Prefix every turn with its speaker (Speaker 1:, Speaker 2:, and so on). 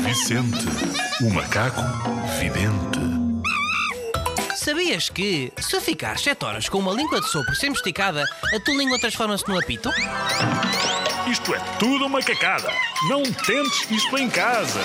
Speaker 1: Vicente, o macaco vidente.
Speaker 2: Sabias que, se ficar 7 horas com uma língua de sopro sempre esticada, a tua língua transforma-se num apito?
Speaker 3: Isto é tudo uma cacada. Não tentes isto em casa.